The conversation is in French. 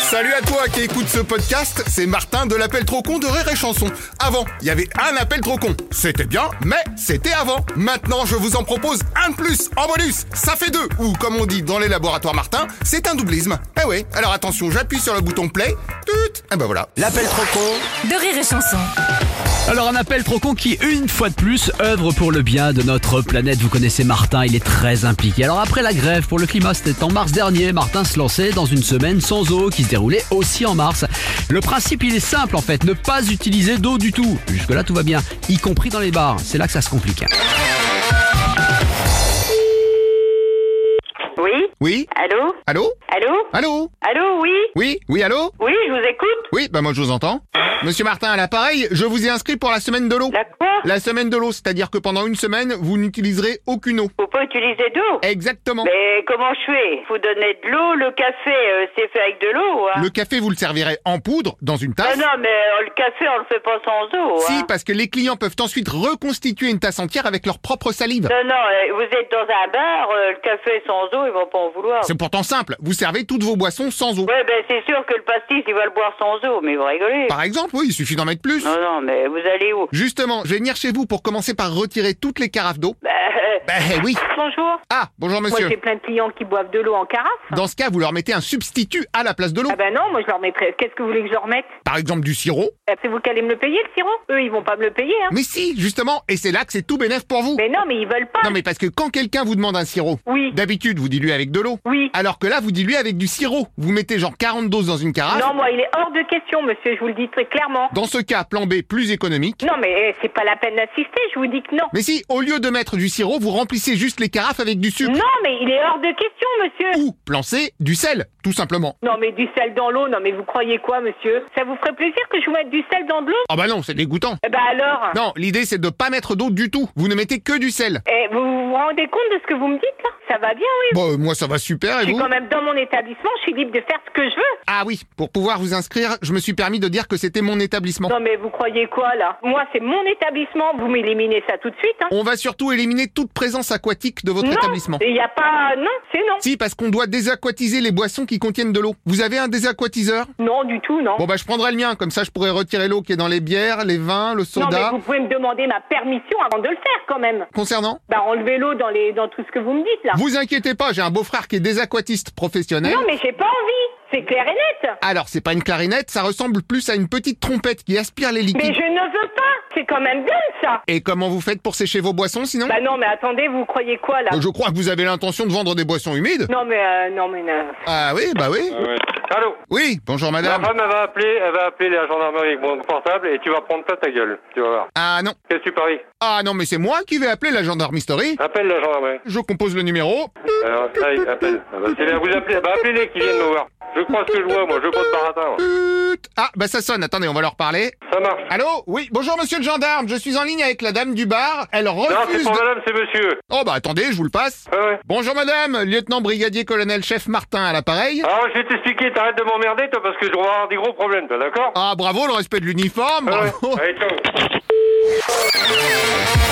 Salut à toi qui écoute ce podcast, c'est Martin de l'appel trop con de Rire et Chanson. Avant, il y avait un appel trop con. C'était bien, mais c'était avant. Maintenant, je vous en propose un de plus en bonus. Ça fait deux, ou comme on dit dans les laboratoires Martin, c'est un doublisme. Eh ouais, alors attention, j'appuie sur le bouton play. Tut Et ben voilà. L'appel trop con de rire et chanson. Alors un appel trop con qui, une fois de plus, œuvre pour le bien de notre planète. Vous connaissez Martin, il est très impliqué. Alors après la grève pour le climat, c'était en mars dernier, Martin se lançait dans une semaine sans eau qui se déroulait aussi en mars. Le principe, il est simple en fait, ne pas utiliser d'eau du tout. Jusque-là, tout va bien, y compris dans les bars. C'est là que ça se complique. hein. Oui Oui Allô Allô Allô Allô Allô, oui Oui Oui, allô Oui, je vous écoute Oui, bah moi je vous entends. Monsieur Martin, à l'appareil, je vous ai inscrit pour la semaine de l'eau. La quoi La semaine de l'eau, c'est-à-dire que pendant une semaine, vous n'utiliserez aucune eau. Faut pas utiliser d'eau Exactement. Mais comment je fais Vous donnez de l'eau, le café, euh, c'est fait avec de l'eau, Ah. hein Le café, vous le servirez en poudre, dans une Ah tasse. non, mais euh, le café, on le fait pas sans eau, Si, hein parce que les clients peuvent ensuite reconstituer une tasse entière avec leur propre salive. Non, non, euh, vous êtes dans un bar, euh, le café sans eau, ils vont pas en vouloir. C'est pourtant simple, vous servez toutes vos boissons sans eau. Ouais, ben c'est sûr que le pastis, il va le boire sans eau, mais vous rigolez Par exemple, oui, il suffit d'en mettre plus. Non, non, mais vous allez où Justement, je vais venir chez vous pour commencer par retirer toutes les carafes d'eau. Ben, euh, Bah oui. Bonjour Ah, bonjour Moi, monsieur. j'ai plein de clients qui boivent de l'eau en carafe. Dans ce cas, vous leur mettez un substitut à la place de l'eau. Ah ben non, moi, je leur mettrais. Qu'est-ce que vous voulez que je leur mette Par exemple du sirop. Eh, C'est vous qui allez me le payer, le sirop Eux, ils vont pas me le payer, hein. Mais si, justement, et c'est là que c'est tout bénef pour vous. Mais non, mais ils veulent pas. Non mais parce que quand quelqu'un vous demande un sirop, Oui. d'habitude vous diluez avec de l'eau. Oui. Alors que là, vous diluez avec du sirop. Vous mettez genre 40 doses dans une carafe. Non, moi, il est hors de question, monsieur, je vous le dis très clairement. Dans ce cas, plan B plus économique. Non, mais eh, c'est pas la peine d'insister, je vous dis que non. Mais si, au lieu de mettre du sirop, vous remplissez juste les carafes avec du sucre. Non, mais il est hors de question, monsieur. Ou, plan C, du sel, tout simplement. Non, mais du sel dans l'eau, non, mais vous croyez quoi, monsieur Ça vous ferait plaisir que je vous mette du sel dans de l'eau Ah bah non, c'est dégoûtant. Eh ben alors Non, l'idée c'est de pas mettre d'eau du tout. Vous ne mettez que du sel. Eh, vous vous rendez compte de ce que vous me dites, là Ça va bien, oui. Bon, euh, moi ça va super et Je suis vous quand même dans mon établissement, je suis libre de faire ce que je veux. Ah oui, pour pouvoir vous inscrire, je me suis permis de dire que c'était mon établissement. Non mais vous croyez quoi là Moi c'est mon établissement, vous m'éliminez ça tout de suite. Hein. On va surtout éliminer toute présence aquatique de votre non, établissement. il n'y a pas... Non, c'est non. Si, parce qu'on doit désaquatiser les boissons qui contiennent de l'eau. Vous avez un désaquatiseur Non du tout, non. Bon bah je prendrai le mien, comme ça je pourrai retirer l'eau qui est dans les bières, les vins, le non mais soda. vous pouvez me demander ma permission avant de le faire quand même. Concernant Bah enlevez l'eau dans, les... dans tout ce que vous me dites là. Vous inquiétez pas, j'ai un beau-frère qui est désaquatiste professionnel. Ah. Non mais j'ai pas envie, c'est clair et net. Alors c'est pas une clarinette, ça ressemble plus à une petite trompette qui aspire les Mais liquides. je ne veux pas, c'est quand même dingue ça. Et comment vous faites pour sécher vos boissons sinon Euh, Bah non mais attendez, vous croyez quoi là Je crois que vous avez l'intention de vendre des boissons humides. Non mais euh, non mais... non. bah- Ah oui, bah oui. Ouais. Allô Oui, bonjour Ma madame. femme, elle va appeler, elle va appeler la gendarmerie avec mon portable et tu vas prendre ça ta gueule. Tu vas voir. Ah non. Qu'est-ce que tu paries Ah non, mais c'est moi qui vais appeler la gendarmerie. Appelle la gendarmerie. Je compose le numéro. Alors, allez, appelle. Ah bah, c'est bien, vous appelez, bah, appelez-les qui viennent nous voir. Je crois ce que je vois, moi, je crois baratin. moi. Tut. Ah, bah ça sonne. Attendez, on va leur parler. Ça marche. Allô Oui, bonjour monsieur le gendarme. Je suis en ligne avec la dame du bar. Elle Non, refuse c'est pas de... madame, c'est monsieur. Oh bah attendez, je vous le passe. Ouais, ouais. Bonjour madame, lieutenant brigadier colonel chef Martin à l'appareil. Alors, je vais t'expliquer, t'arrêtes de m'emmerder, toi, parce que je vais avoir des gros problèmes, toi, d'accord Ah bravo, le respect de l'uniforme, Ouais, ouais. bravo. Allez, ciao.